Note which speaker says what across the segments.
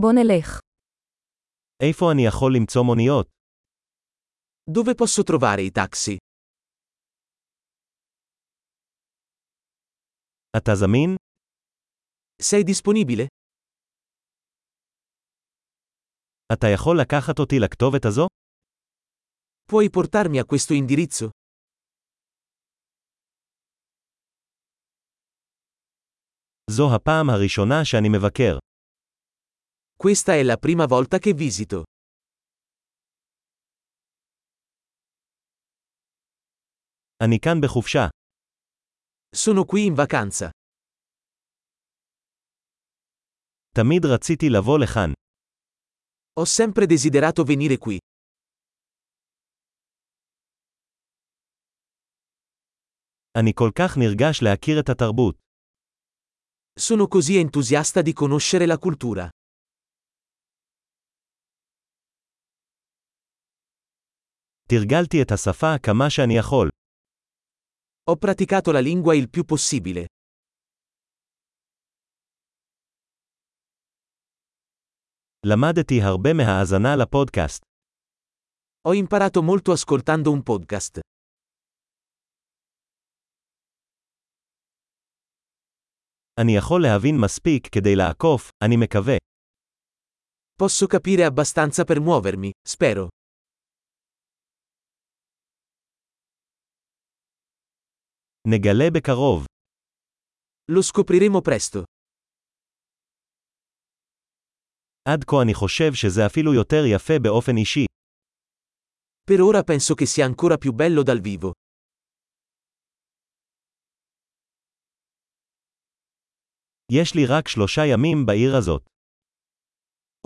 Speaker 1: בוא נלך.
Speaker 2: איפה אני יכול למצוא מוניות?
Speaker 3: Dove posso trovare i taxi?
Speaker 2: אתה זמין?
Speaker 3: Sei disponibile?
Speaker 2: אתה יכול לקחת אותי לכתובת הזו?
Speaker 3: Puoi portarmi a questo indirizzo?
Speaker 2: זו הפעם הראשונה שאני מבקר.
Speaker 3: Questa è la prima volta che visito.
Speaker 2: אני כאן בחופשה.
Speaker 3: Sono qui in vacanza.
Speaker 2: תמיד רציתי לבוא לכאן.
Speaker 3: Ho sempre desiderato venire qui.
Speaker 2: אני כל כך נרגש להכיר את התרבות.
Speaker 3: Sono così entusiasta di conoscere la cultura.
Speaker 2: תרגלתי את השפה כמה שאני יכול.
Speaker 3: Ho praticato la lingua il più possibile.
Speaker 2: למדתי הרבה מההאזנה לפודקאסט.
Speaker 3: Ho imparato molto ascoltando un podcast.
Speaker 2: אני יכול להבין מספיק כדי לעקוף, אני מקווה.
Speaker 3: Posso capire abbastanza per muovermi, spero.
Speaker 2: נגלה בקרוב.
Speaker 3: Lo scopriremo presto.
Speaker 2: עד כה אני חושב שזה אפילו יותר יפה באופן אישי.
Speaker 3: Per ora penso che sia ancora più bello dal vivo.
Speaker 2: יש לי רק שלושה ימים בעיר הזאת.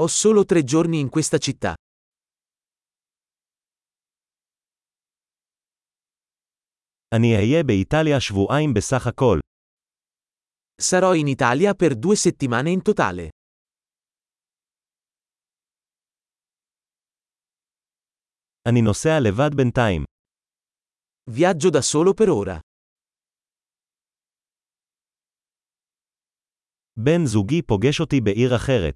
Speaker 3: Ho solo tre giorni in questa città.
Speaker 2: אני אהיה באיטליה שבועיים בסך הכל.
Speaker 3: Sarò in Italia per due settimane in totale.
Speaker 2: אני נוסע לבד בינתיים.
Speaker 3: Viaggio da solo per ora.
Speaker 2: בן זוגי פוגש אותי בעיר אחרת.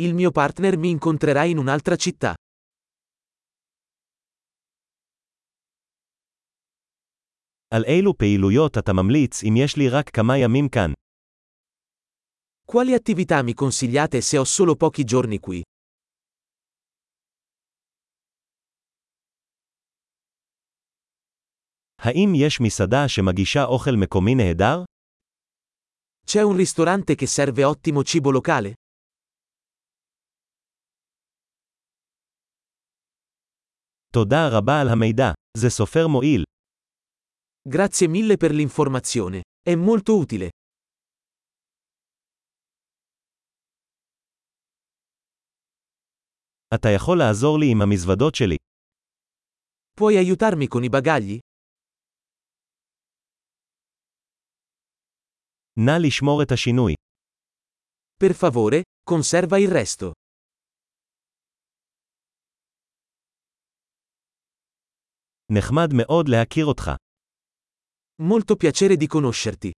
Speaker 3: Il mio partner mi incontrerà in un'altra città.
Speaker 2: על אילו פעילויות אתה ממליץ אם יש לי רק כמה ימים כאן?
Speaker 3: Quali attività mi consigliate se ho solo pochi giorni qui?
Speaker 2: האם יש מסעדה שמגישה אוכל מקומי נהדר?
Speaker 3: C'è un ristorante che serve ottimo cibo locale?
Speaker 2: תודה רבה על המידע, זה סופר מועיל.
Speaker 3: Grazie mille per l'informazione, è molto utile.
Speaker 2: אתה יכול לעזור לי עם המזוודות שלי.
Speaker 3: Puoi aiutarmi con i bagagli?
Speaker 2: נא לשמור את השינוי.
Speaker 3: Per favore, conserva il resto.
Speaker 2: נחמד מאוד להכיר אותך.
Speaker 3: Molto piacere di conoscerti.